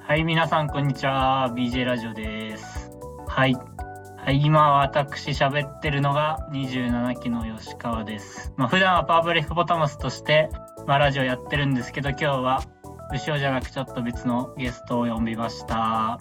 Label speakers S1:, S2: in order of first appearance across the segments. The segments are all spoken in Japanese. S1: はい、皆さん、こんにちは。BJ ラジオです。はい。はい、今、私、喋ってるのが27期の吉川です。まあ、普段はパープルヒポポタマスとして、まあ、ラジオやってるんですけど、今日は、後ろじゃなくちょっと別のゲストを呼びました。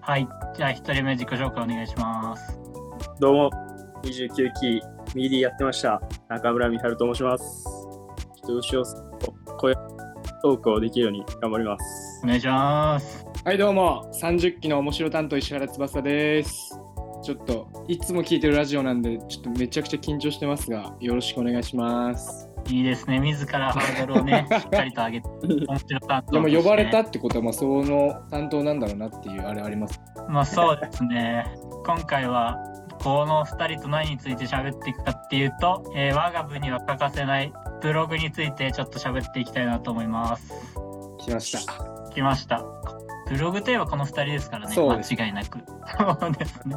S1: はい、じゃあ、1人目自己紹介お願いします。
S2: どうも、29期、ミディやってました。中村美春と申します。ちょっと牛尾さんと声トークをできるように頑張ります。
S1: お願いします。
S3: はいどうも30期の面白担当石原翼ですちょっといつも聞いてるラジオなんでちょっとめちゃくちゃ緊張してますがよろしくお願いします
S1: いいですね。自らハードルをね、しっかりと上げて、面白かった、
S3: でも呼ばれたってことはまあその担当なんだろうなっていうあれあります
S1: まあそうですね。今回はこの2人と何について喋っていくかっていうと、えー我が部には欠かせないブログについてちょっと喋っていきたいなと思います。
S3: 来ました
S1: 来ました。ブログといえばこの2人ですからね、
S3: そうです
S1: 間違いなく。そうですね。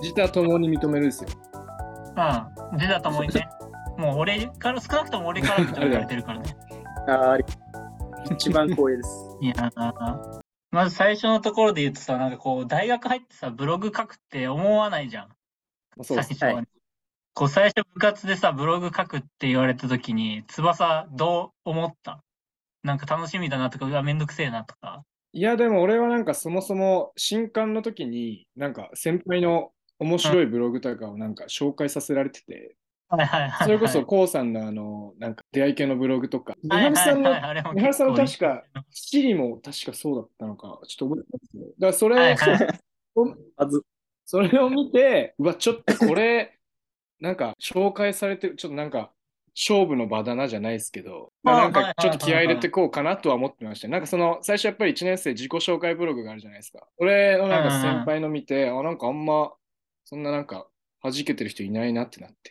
S3: 自他ともに認めるですよ
S1: まあ、自他とも にね、もう俺から、少なくとも俺から認められてるからね。
S2: あー一番光栄です。
S1: いやーまず最初のところで言うとさ、なんかこう、大学入ってさ、ブログ書くって思わないじゃん。
S3: まあそうです
S1: 最初はねこう最初部活でさブログ書くって言われた時に翼どう思ったなんか楽しみだなとかうわめんどくせえなとか
S3: いやでも俺はなんかそもそも新刊の時になんか先輩の面白いブログとかをなんか紹介させられてて、
S1: はいはいはいはい
S3: それこそコウさんのあのなんか出会い系のブログとか、美
S1: はいは
S3: 晴
S1: い
S3: さんの
S1: はいあれも
S3: 三原さんの
S1: 結
S3: 確
S1: 構いい
S3: か、七里も確かそうだったのか、ちょっと覚えてないですけど、だからそれを、
S1: はいはい
S2: まず、
S3: それを見て、うわ、ちょっとこれ、なんか紹介されてる、ちょっとなんか勝負の場だなじゃないですけど、まあ
S1: あー
S3: なん
S1: はいは
S3: か
S1: いはい
S3: ちょっと気合い入れてこうかなとは思ってました。なんかその、最初やっぱり1年生自己紹介ブログがあるじゃないですか。俺のなんか先輩の見て、あ、なんかあんま、そんななんか弾けてる人いないなってなって。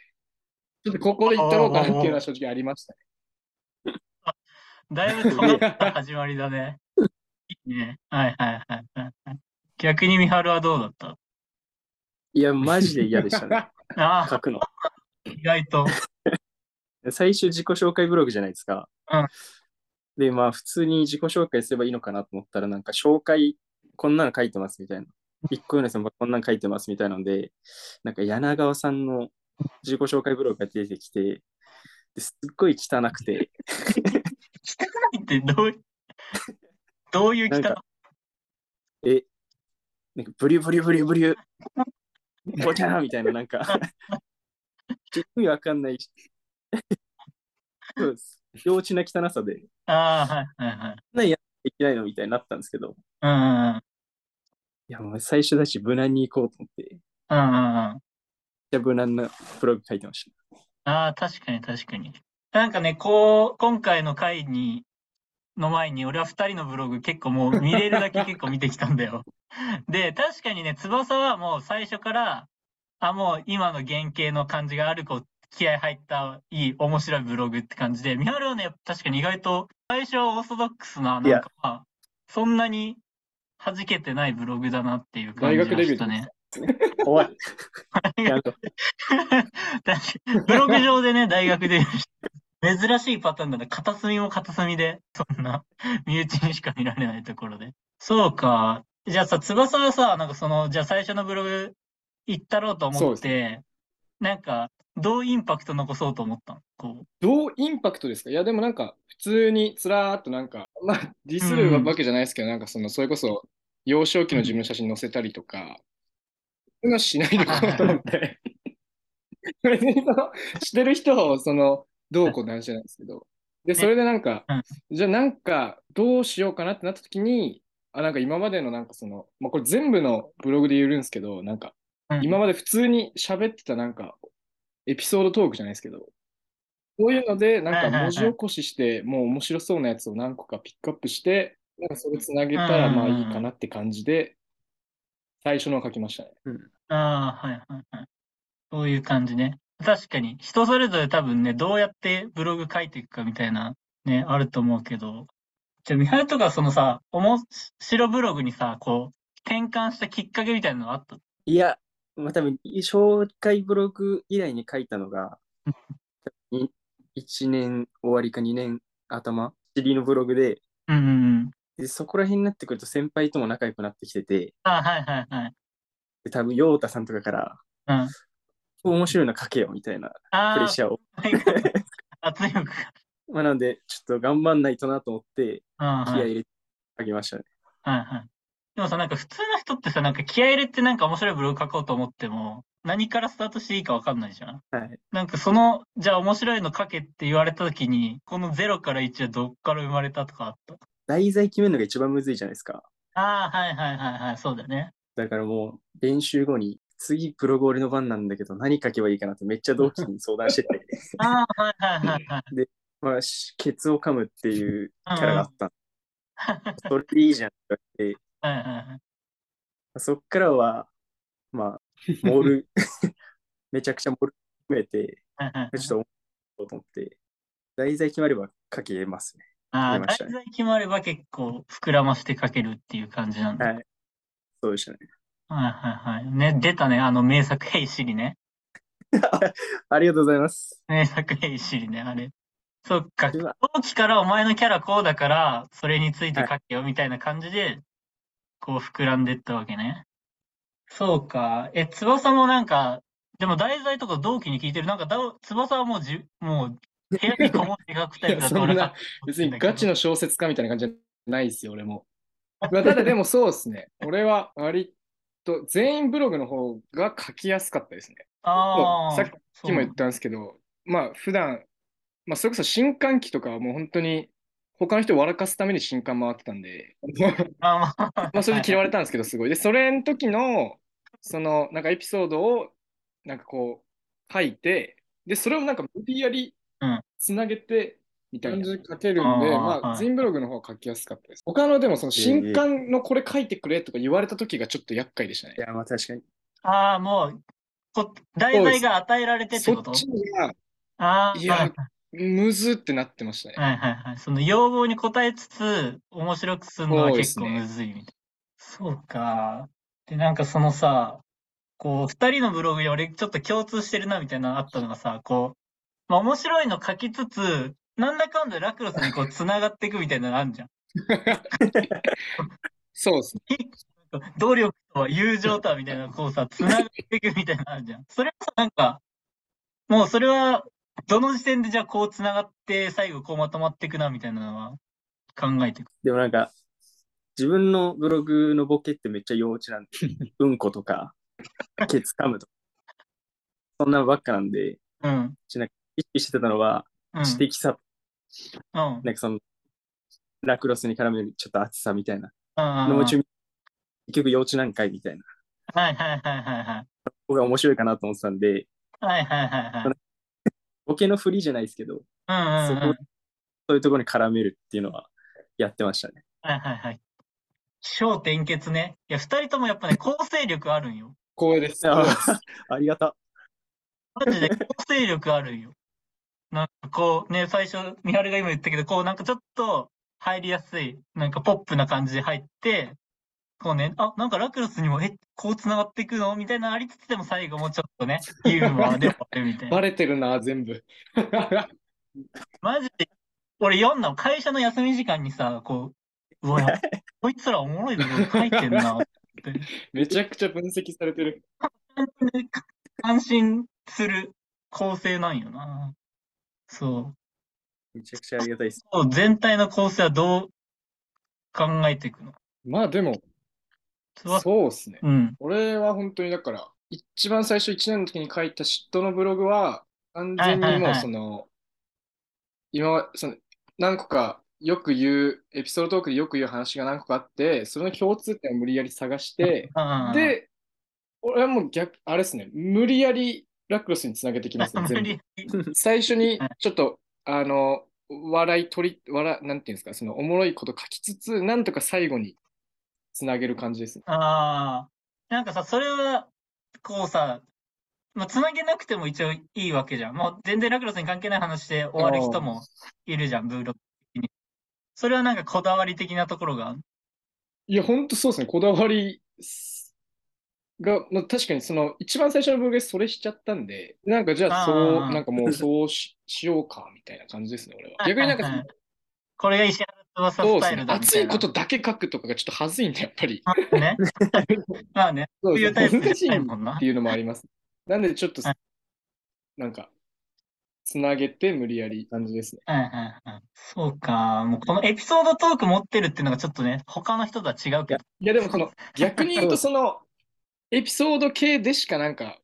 S3: ちょっとここで行ったろうかなっていうのは正直ありましたね。
S1: だいぶ尖った始まりだねいいねはいはいはいはいはい逆に美晴はどうだった
S2: いや、マジで嫌でし たね。
S1: ああ
S2: 書くの。
S1: 意外と
S2: 最初、自己紹介ブログじゃないですか。
S1: うん
S2: で、まあ、普通に自己紹介すればいいのかなと思ったら、なんか、紹介、こんなの書いてますみたいな。ビッグウネさんもこんなの書いてますみたいなので、なんか、柳川さんの自己紹介ブログが出てきて、ですっごい汚くて、
S1: 汚いってどう いうどういう汚
S2: なんかなんかブリュブリュブリュブリュ、ボチャーみたいな、なんか、 意味わかんないし。そうです。幼稚な汚さで、い
S1: ああはいはいはい
S2: けないのみたいになったんですけど、
S1: うんうんうん
S2: いや、もう最初だし、無難に行こうと思って、めっ
S1: うんうんうん
S2: ちゃ無難なブログ書いてました。
S1: ああ、確かに確かに。なんかね、こう、今回の回に、の前に、俺は二人のブログ結構もう 見れるだけ結構見てきたんだよ。で、確かにね、翼はもう最初から、あ、もう今の原型の感じがある、こう、気合入った、いい、面白いブログって感じで、ミハルはね、確かに意外と、最初はオーソドックスな、
S2: い
S1: な
S2: や
S1: んかまあ、そんなに弾けてないブログだなっていう感
S3: 大
S1: じ
S3: 学
S1: が
S3: デビュー
S1: したね。
S2: 怖い。なんか
S1: 確かにブログ上でね、大学で。珍しいパターンだね。片隅も片隅で、そんな、身内にしか見られないところで。そうか。じゃあさ、翼はさ、なんかその、じゃあ最初のブログ行ったろうと
S3: そ
S1: 思
S3: う
S1: っ
S3: です
S1: て、なんか、どうインパクト残そうと思ったのこ
S3: どうインパクトですかいや、でもなんか、普通につらーっとなんか、まあ、ディスるわけじゃないですけど、なんかその、それこそ、幼少期の自分の写真載せたりとか、そういうのしないでこうと思って。 別にその、してる人を、その、どうこうなんじゃないですけど。で、それでなんか
S1: うん、
S3: じゃあなんか、どうしようかなってなった時に、あ、なんか今までのなんかその、まあ、これ全部のブログで言うんですけど、なんか、
S1: う。うん
S3: 今まで普通に喋ってたなんかエピソードトークじゃないですけど、そういうのでな
S1: はい
S3: ん
S1: は
S3: か
S1: いはい
S3: 文字起こしして、もう面白そうなやつを何個かピックアップして、なんかそれつなげたら
S1: うんうん
S3: まあ
S1: うん
S3: いいかなって感じで、最初のを書きましたね。
S1: ああ、はいはいはい。そういう感じね。確かに、人それぞれ多分ね、どうやってブログ書いていくかみたいな、ね、あると思うけど。じゃあ、ミハルとかそのさ、面白ブログにさ、こう、転換したきっかけみたいなのあった
S2: いや、まあ、多分、紹介ブログ以来に書いたの が、1年終わりか2年頭、知りのブログで、
S1: うんうんうん。
S2: で、そこら辺になってくると先輩とも仲良くなってきてて、
S1: あ、はいはいはい。
S2: で、多分、ヨータさんとかから、
S1: うん。
S2: 面白いの書けよ、みたいなプレッ
S1: あ
S2: シャーを。
S1: あ、圧力が。
S2: まあ、なので、ちょっと頑張んないとなと思って、
S1: うんはい
S2: 気合い入れてあげましたね。
S1: はいはい。でもさ、なんか普通の人ってさ、なんか気合い入れてなんか面白いブログ書こうと思っても、何からスタートしていいかわかんないじゃん。
S2: はい。
S1: なんかその、じゃあ面白いの書けって言われた時に、この0から1はどっから生まれたとかあった。
S2: 題材決めるのが一番むずいじゃないですか。
S1: ああ、はいはいはいはい、そうだね。
S2: だからもう、練習後に、次、プロゴールの番なんだけど、何書けばいいかなってめっちゃ同期に相談してて、
S1: ああ、はいはいはいはい。
S2: まあ、しケツを噛むっていう
S1: うん
S2: キャラがあった。それでいいじゃんって言われて、
S1: はいはいはい。
S2: そっからは、まあ、モール、 めちゃくちゃモール増えて、
S1: はいはいはい
S2: ちょっと、と思って、題材決まれば書けますね。
S1: ああ、
S2: 思いました
S1: 題
S2: ね
S1: 材決まれば結構膨らまして書けるっていう感じなんだ。
S2: は
S1: はい
S2: いそうでしたね。
S1: はいはい。ね、出たね、あの名作ヘイシリね。
S2: ありがとうございます。
S1: 名作ヘイシリね、あれ。そっか、
S2: うわ
S1: 同期からお前のキャラこうだから、それについて書けよみたいな感じで、こう膨らんでったわけね。そうか。え、翼もなんか、でも題材とか同期に聞いてる。なんかだ、翼はもうじ、もう、部屋にこもって描くタイプだと俺
S3: いや
S1: は
S3: 別に
S1: 勝手
S3: ガチの小説家みたいな感じじゃないですよ、俺も。まあ、ただでもそうですね。俺は割と全員ブログの方が書きやすかったですね。
S1: ああ、
S3: さっさっきも言
S1: そ
S3: っ
S1: う
S3: たんですけど、まあ普段、まあそれこそ新刊期とかはもう本当に他の人を笑かすために新刊回ってたんで、
S1: あーまあ、
S3: まあそれで嫌われたんですけど、すごい。で、それの時の、そのなんかエピソードをなんかこう書いて、で、それをなんか無理やり
S1: うん
S3: つなげて、みたいな感じで書けるんで、
S1: あー
S3: ま
S1: は
S3: あ、
S1: い
S3: 全ブログの方が書きやすかったです。他のでも、その新刊のこれ書いてくれとか言われた時がちょっと厄介でしたね
S2: い。や、まあ確かに。
S1: ああ、もう、こ、題材が与えられてって
S3: そ
S1: こ
S3: っ
S1: と
S3: ちが、
S1: ああ、
S3: いや
S1: はい、
S3: むずってなってましたね。
S1: はいはいはい。その要望に応えつつ、面白くするのは
S3: そうで
S1: 結
S3: す
S1: 構
S3: ね
S1: むずいみたいな。そうか。で、なんかそのさ、こう、二人のブログで俺ちょっと共通してるなみたいなのあったのがさ、こう、まあ面白いの書きつつ、なんだかんだラクロスに こう繋がっていくみたいなのあるじゃん。
S3: そうですね。
S1: 努力とは友情とはみたいな、こう さ、繋がっていくみたいなのあるじゃん。それはさ、なんか、もうそれは、どの時点でじゃあこう繋がって、最後こうまとまっていくなみたいなのは考えていく。
S2: でもなんか、自分のブログのボケってめっちゃ幼稚 なんで、うんことか、ケツ噛むとか、そんなのばっかなんで、
S1: うん。
S2: 意識してたのは、
S1: うん。
S2: 知的
S1: う
S2: さ、
S1: ん。
S2: なんかその、ラクロスに絡めるちょっと熱さみたいな。
S1: あ
S2: のも
S1: あ
S2: ち結局幼稚なんかいみたいな。
S1: はいはいはいはいはい。
S2: 僕が面白いかなと思ってたんで、
S1: はいはいはいはい。
S2: ボケの振りじゃないですけど、
S1: うんうんうん。
S2: そこそういうところに絡めるっていうのはやってましたね。
S1: はいはいはい。小転結ね。いや、二人ともやっぱね、構成力あるんよ。
S3: 光栄です。
S2: あ
S3: 光栄です
S2: ありがた。
S1: マジで構成力あるんよ。 なんかこうね、最初、みはるが今言ったけど、こうなんかちょっと入りやすい、なんかポップな感じで入って、こうね、あ、なんかラクロスにも、え、こう繋がっていくのみたいなのありつつでも最後もちょっと ね、ユーモアで終わるみたいな
S3: バ。レてるな、全部。
S1: マジで、俺読んだの、会社の休み時間にさ、こう、うわ、こいつらおもろいこと書いてんな。
S3: めちゃくちゃ分析されてる。
S1: 感心する構成なんよな。そう。
S2: めちゃくちゃありがたいです。
S1: そう全体の構成はどう考えていくの
S3: まあでも、
S1: つば
S3: そうですね。
S1: うん。
S3: 俺は本当にだから、一番最初1年の時に書いた嫉妬のブログは、完全に
S1: はいはい
S3: も
S1: は
S3: う
S1: い
S3: その、今は、その、何個かよく言う、エピソードトークでよく言う話が何個かあって、それの共通点を無理やり探して、
S1: あー、
S3: で、俺はもう逆、あれですね、無理やりラクロスにつなげていきますね、
S1: 無
S3: 全部
S1: 理。やり
S3: 最初にちょっと、あの、笑い取り、笑、なんていうんですか、そのおもろいこと書きつつ、なんとか最後につなげる感じですね。
S1: ああ、なんかさ、それは、こうさ、まあ、つなげなくても一応いいわけじゃん。もう全然ラクロスに関係ない話で終わる人もいるじゃん、ブログ的に。それはなんかこだわり的なところがある。
S3: いや、ほんとそうですね、こだわりすが、まあ、確かにその、一番最初のブログでそれしちゃったんで、なんかじゃあ、そう
S1: あ、ー
S3: なんかもうそうし、しようか、みたいな感じですね、俺は。
S1: はい
S3: 逆になん
S1: はいは
S3: か
S1: い、これが石原翼
S3: そう
S1: スタ
S3: で
S1: イ
S3: す
S1: ル
S3: ね。
S1: だみ
S3: 熱
S1: たい
S3: い
S1: な。
S3: ことだけ書くとかがちょっと恥ずいんで、やっぱり。
S1: まあ ね。まあね。
S3: そう
S1: いうタイプ
S3: 難し
S1: じ
S3: い
S1: ゃ
S3: っ
S1: ないもんな
S3: ていうのもあります。なんでちょっと
S1: は、
S3: なんか、つなげて無理やり感じですね。
S1: うんうんうん。そうか。もうこのエピソードトーク持ってるっていうのがちょっとね、他の人とは違うけど。
S3: いや、でもその、逆に言 うと、その、エピソード系でしかなんか、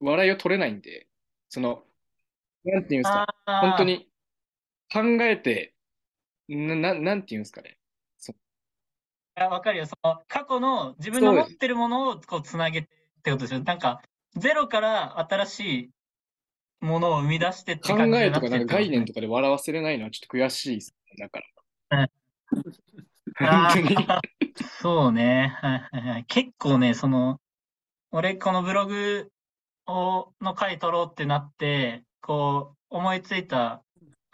S3: 笑いを取れないんで、その、なんていうんですか、
S1: あー
S3: 本当。に考えて、なななんていうんですかね。
S1: いやわかるよ。その過去の自分の持ってるものをこうつなげてってことでしょ。なんか、ゼロから新しいものを生み出してって
S3: 考
S1: 感じ
S3: え
S1: にな
S3: と
S1: っ
S3: か
S1: て
S3: なんか概念
S1: と
S3: とかで笑わせれないのはちょっと悔しいですね。だから。
S1: あ
S3: 本当に。
S1: ーそうね。はいはいはい。結構ね、その、俺このブログをの回取ろうってなって、こう、思いついた、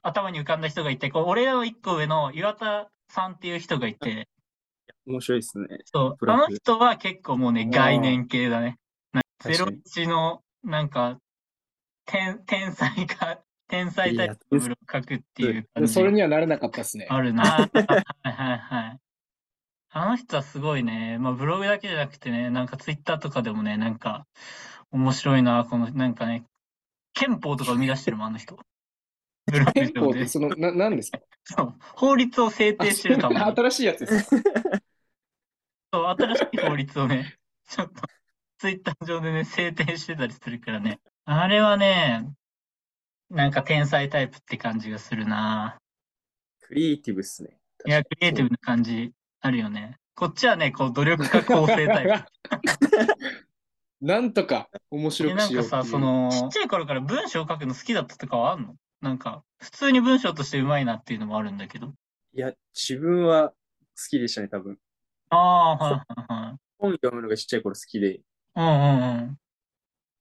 S1: 頭に浮かんだ人がいて、こう、俺らの一個上の岩田さんっていう人がいて、
S2: 面白いですね。
S1: そう、
S2: ブ
S1: あ
S2: ログ
S1: の人は結構もうね、概念系だね。ゼ
S2: 確
S1: ロ
S2: かに
S1: イチの、なんか、天、天才か、天才
S2: い
S1: タ
S2: や
S1: イプのブログ書くっていう感
S3: で
S1: じ
S3: それにはならなかったですね。
S1: あるな。はいはいはい。あの人はすごいね、まあブログだけじゃなくてね、なんかツイッターとかでもね、なんか、面白いな、この、なんかね、憲法とか生み出してるもん、あの人。ブログ
S3: 憲法っ
S1: 上
S3: て
S1: で。
S3: その、な、なんですか
S1: そう法律を制定してるかも。
S3: 新しいやつです。
S1: そう、新しい法律をね、 ちょっと、ツイッター上でね、制定してたりするからね。あれはね、なんか天才タイプって感じがするな。
S2: クリエイティブっすね。
S1: いや、クリエイティブな感じあるよね。こっちはね、こう、努力家構成タイプ。
S3: なんとか面白
S1: え、
S3: く
S1: なん
S3: しよ
S1: か
S3: うっ
S1: さ、
S3: ていう。
S1: その、ちっちゃい頃から文章を書くの好きだったとかはあんのなんか、普通に文章としてうまいなっていうのもあるんだけど。
S2: いや、自分は好きでしたね、多分。
S1: ああー、はいはい
S2: 本読むのがちっちゃい頃好きで、
S1: はい。うんうんうん。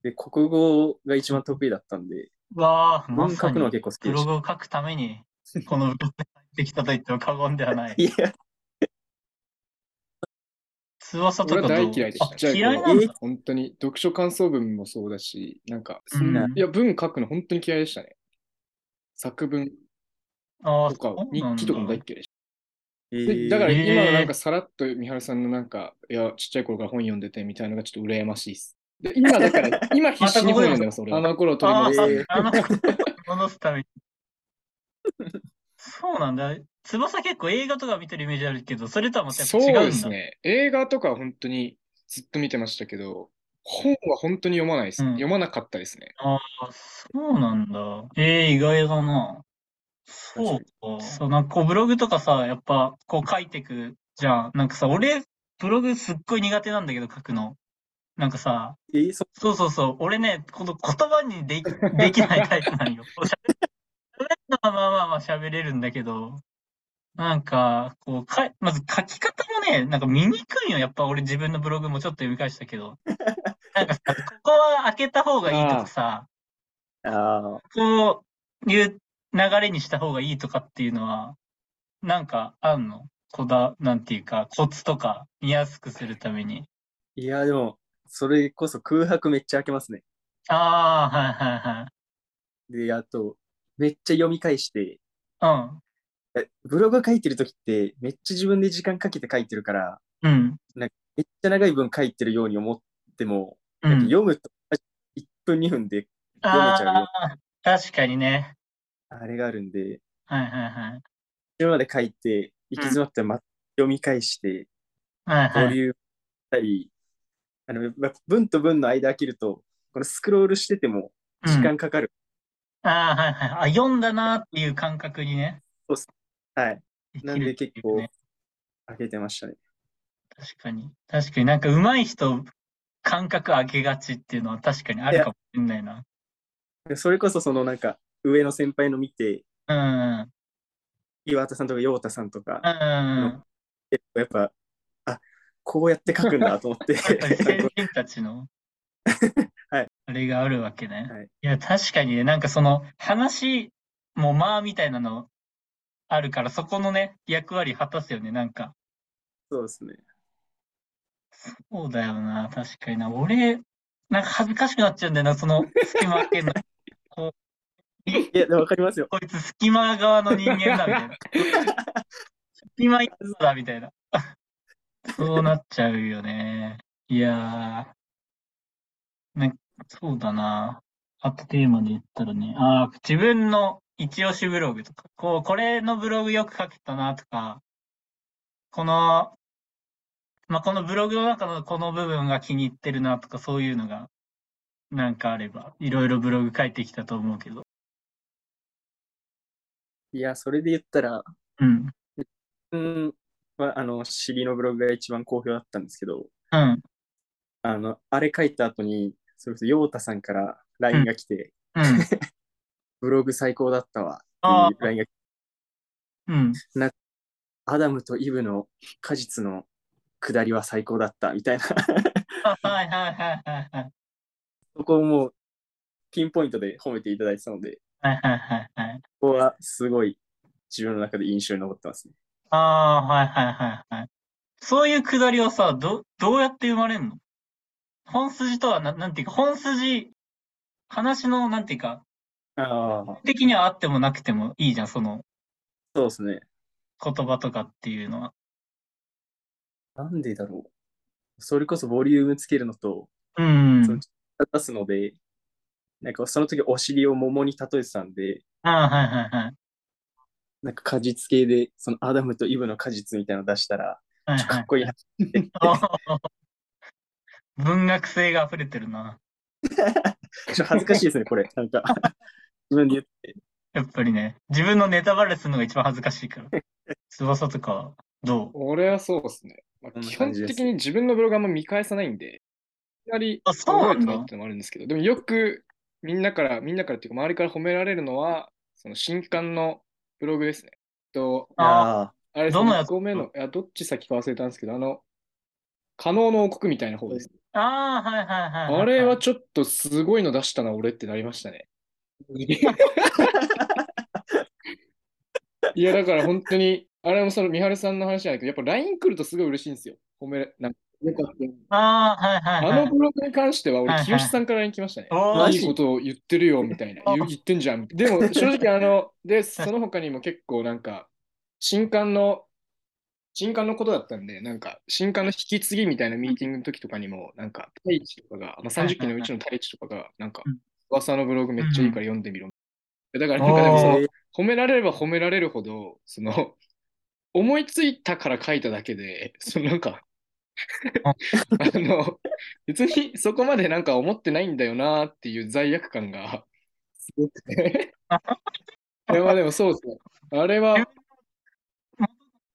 S2: で、国語が一番得意だったんで、
S1: わあ、ま
S2: 文
S1: さ
S2: 書くのは
S1: に、
S2: 結構好き
S1: ブ
S2: で
S1: ロ
S2: し
S1: グを書くために、このブログに入ってきたと言っても過言ではない。
S2: た。いや、
S1: 翼と
S3: 俺
S1: か
S3: は
S1: どう
S3: 大嫌いでし
S1: あ
S3: た。
S1: 嫌い
S3: 頃
S1: なんだ。
S3: 本当に、読書感想文もそうだし、なんか、
S1: うん
S3: いや、文書くの本当に嫌いでしたね。作文
S1: あ
S3: とか
S1: そう、
S3: 日
S1: なん
S3: 記とかも大
S1: だ
S3: 嫌いでした。
S2: え
S3: で
S2: ー
S3: だから
S1: えー
S3: 今のなんかさらっと三原さんのなんか、いや、ちっちゃい頃から本読んでてみたいなのがちょっと羨ましいです。で今 だから、今必死に本読んでます、俺は。あの頃を取り
S1: あ
S3: 戻す、
S1: ーあの子を戻すために。そうなんだ。翼結構映画とか見てるイメージあるけど、それとはまたやっぱ
S3: そう
S1: 違うんだ。
S3: ですね。映画とかは本当にずっと見てましたけど、本は本当に読まないです。
S1: うん
S3: 読まなかったですね。
S1: ああ、そうなんだ。ええ意外だな。そうか。そう、なんかこうブログとかさ、やっぱこう書いてくじゃん。なんかさ、俺、ブログすっごい苦手なんだけど、書くの。なんかさ、
S2: えーそ
S1: そうそうそう。俺ね、この言葉にでき、できないタイプなんよ。こう喋る喋るのはまあまあまあ喋れるんだけど、なんか、こう、か、まず書き方もね、なんか見にくいよ。やっぱ俺自分のブログもちょっと読み返したけど。なんかさ、ここは開けた方がいいとかさ、
S2: ああ、
S1: こういう流れにした方がいいとかっていうのは、なんかあんのこだ、なんていうか、コツとか見やすくするために。
S2: いや、でも、それこそ空白めっちゃ開けますね。
S1: ああ、はいはいはい。
S2: で、あと、めっちゃ読み返して、
S1: うん。
S2: えブログ書いてる時って、めっちゃ自分で時間かけて書いてるから、
S1: うん。
S2: めっちゃ長い文書いてるように思っても、
S1: う
S2: なんか
S1: ん。
S2: 読むと1分2分で読めちゃうよ
S1: ああ、確かにね。
S2: あれがあるんで、
S1: はいはいはい。
S2: 途中まで書いて、行き詰まったらまた読み返して、
S1: はい
S2: ボ
S1: はい。
S2: リュームしたり、あの、やっぱ文と文の間開けると、このスクロールしてても時
S1: うん
S2: 間かかる。
S1: ああ、はいはい。あ、読んだなっていう感覚にね。
S2: はい。
S1: でき
S2: なん
S1: る
S2: で
S1: ってい
S2: 結
S1: う
S2: 構
S1: ね。
S2: 開けてましたね。
S1: 確かに。確かになんか上手い人、感覚上げがちっていうのは確かにあるかもしれないな。
S2: でそれこそそのなんか、上の先輩の見て、
S1: うん。うん
S2: 岩田さんとか陽太さんとか、
S1: うんうん。
S2: やっぱ、あ、こうやって書くんだと思 って。
S1: やっぱり先人たち の、あれがあるわけね。
S2: はい
S1: い、や、確かにね、なんかその話もまあみたいなのあるから、そこのね、役割果たすよね、なんか。
S2: そうですね。
S1: そうだよな、確かにな。俺、なんか恥ずかしくなっちゃうんだよな、その隙間開けんの。こ
S2: いや、でもわかりますよ。
S1: こいつ隙間側の人間だみたいな。隙間やつだみたいな。そうなっちゃうよね。いやー。ね、そうだな。あとテーマで言ったらね、あー自分の一押しブログとか、こう、これのブログよく書けたなとか、この、まあ、このブログの中のこの部分が気に入ってるなとか、そういうのが、なんかあれば、いろいろブログ書いてきたと思うけど。
S2: いや、それで言ったら、
S1: うん。
S2: うん、は、あの、尻のブログが一番好評だったんですけど、
S1: うん。
S2: あの、あれ書いた後に、それこそ、ヨータさんから LINE が来て、
S1: うん。
S2: ブログ最高だったわ、
S1: あ
S2: っていう LINE が来て、
S1: うん。
S2: アダムとイブの果実の下りは最高だった、みたいな。
S1: あはいはいはいはいはい。
S2: そこをもう、ピンポイントで褒めていただいてたので、
S1: はいはいはいはい。
S2: ここはすごい自分の中で印象に残ってますね。
S1: ああ、はいはいはいはい。そういうくだりはさ、ど、どうやって生まれんの本筋とはな、なんていうか、本筋、話の、なんていうか、
S2: ああ。
S1: 的にはあってもなくてもいいじゃん、その
S2: そうですね。
S1: 言葉とかっていうのは。
S2: なんでだろう。それこそボリュームつけるのと、
S1: うん。
S2: そう出すので、なんかその時お尻を桃に例えてたんで、
S1: ああ、はいはいはい。
S2: なんか果実系で、そのアダムとイブの果実みたいなの出したら、
S1: はい
S2: ちょっとか
S1: はい
S2: っ。こいいな。
S1: おー文学性が溢れてるな。
S2: ちょっと恥ずかしいですね、これ。なんか、自分で言って。
S1: やっぱりね、自分のネタバレするのが一番恥ずかしいから。翼とかはどう
S3: 俺はそうですね。まあ
S2: こんな
S3: 基
S2: 感
S3: 本
S2: じです
S3: 的に自分のブログあんま見返さないんで、いきなり
S1: あそうなんだ
S3: 覚えてないってのもあるんですけど、でもよくみんなから、みんなからっていうか周りから褒められるのは、その新刊のブログですね。と、
S1: あ
S2: あ
S3: あれです
S1: どのやつ
S3: 1個目の、いや、どっち先か忘れたんですけど、あの、可能の王国みたいな方です。
S1: ああ、はいはいはいはい。
S3: あれはちょっとすごいの出したな、俺ってなりまし たね。いや、だから本当に、あれもその三春さんの話じゃないけど、やっぱ LINE 来るとすごい嬉しいんですよ。褒めらなんかよかったよ
S1: ああ、はいはい
S3: あ
S1: はい。
S3: のブログに関しては、
S1: はいは
S3: 俺、
S1: い
S3: 清さんから LINE 来ましたね。
S1: お
S2: マ
S1: ー
S2: ジ
S3: いいことを言ってるよ、みた いな。言言ってんじゃん、みたいな。でも、正直、あの、で、その他にも結構、なんか、新刊の、新刊のことだったんで、なんか、新刊の引き継ぎみたいなミーティングの時とかにも、なんか、太一とかが、まあ、30期のうちの太一とかが、なんか
S1: うん、
S3: 噂のブログめっちゃいいから読んでみろ。だから、なん
S1: お
S3: か、
S1: ー
S3: でもその
S2: えー
S3: 褒められれば褒められるほど、その、思いついたから書いただけで、そのなんか、
S1: あ
S3: あの、別にそこまでなんか思ってないんだよなっていう罪悪 感が、すごくて。いやまあでもそうですね。あれは、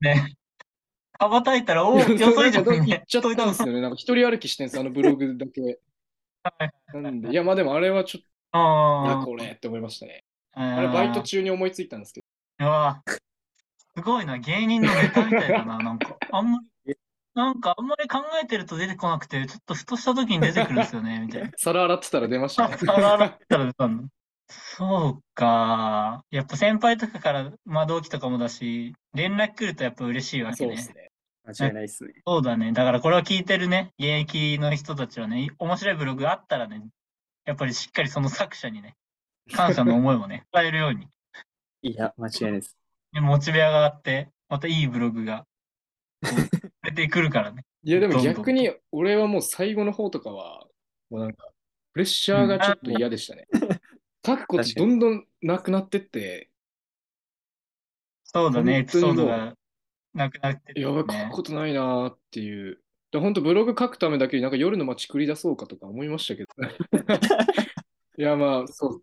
S1: ね。羽ばたいたら、 おー、よそいじゃん
S3: なんか行
S1: ね
S3: っ。ちゃったんですよね。なんか一人歩きしてんです、あのブログだけ。なんで、いやまあでもあれはちょっと、
S1: あ
S3: あ、これって思いましたね。
S1: あ
S3: あれバイト中に思いついたんですけど。
S1: うわーすごいな、芸人のネタみたいだ な、なんか。あんまり、なんかあんまり考えてると出てこなくて、ちょっとふとした時に出てくるんですよね、みたいな。
S3: 皿洗ってたら出ましたね。
S1: 皿洗ったら出たの。そうか。やっぱ先輩とかから、まあ同期とかもだし、連絡来るとやっぱ嬉しいわけ
S3: そう
S1: ね。
S3: ですね。
S2: 間違いないですね。
S1: そうだね。だからこれを聞いてるね、現役の人たちはね、面白いブログがあったらね、やっぱりしっかりその作者にね、感謝の思いも ね、伝えるように、
S2: いや、間違いないです。
S1: でモチベ上がって、またいいブログが、こう出てくるからね。
S3: いやで
S1: ど
S3: も
S1: んどん
S3: 逆に俺はもう最後の方とかは、もうなんか、プレッシャーがちょっと嫌でし たね。書くこと
S2: 確か
S3: どんどんなくなってって、
S1: そうだね、エ
S3: 本当に
S1: ピソード
S3: も
S1: がなくなってる
S3: や
S1: よ
S3: ばい、書
S1: ね
S3: く。ことないなーっていう。で本当ブログ書く ためだけになんか夜の街繰り出そうかとか思いましたけど。いやまあ、そう。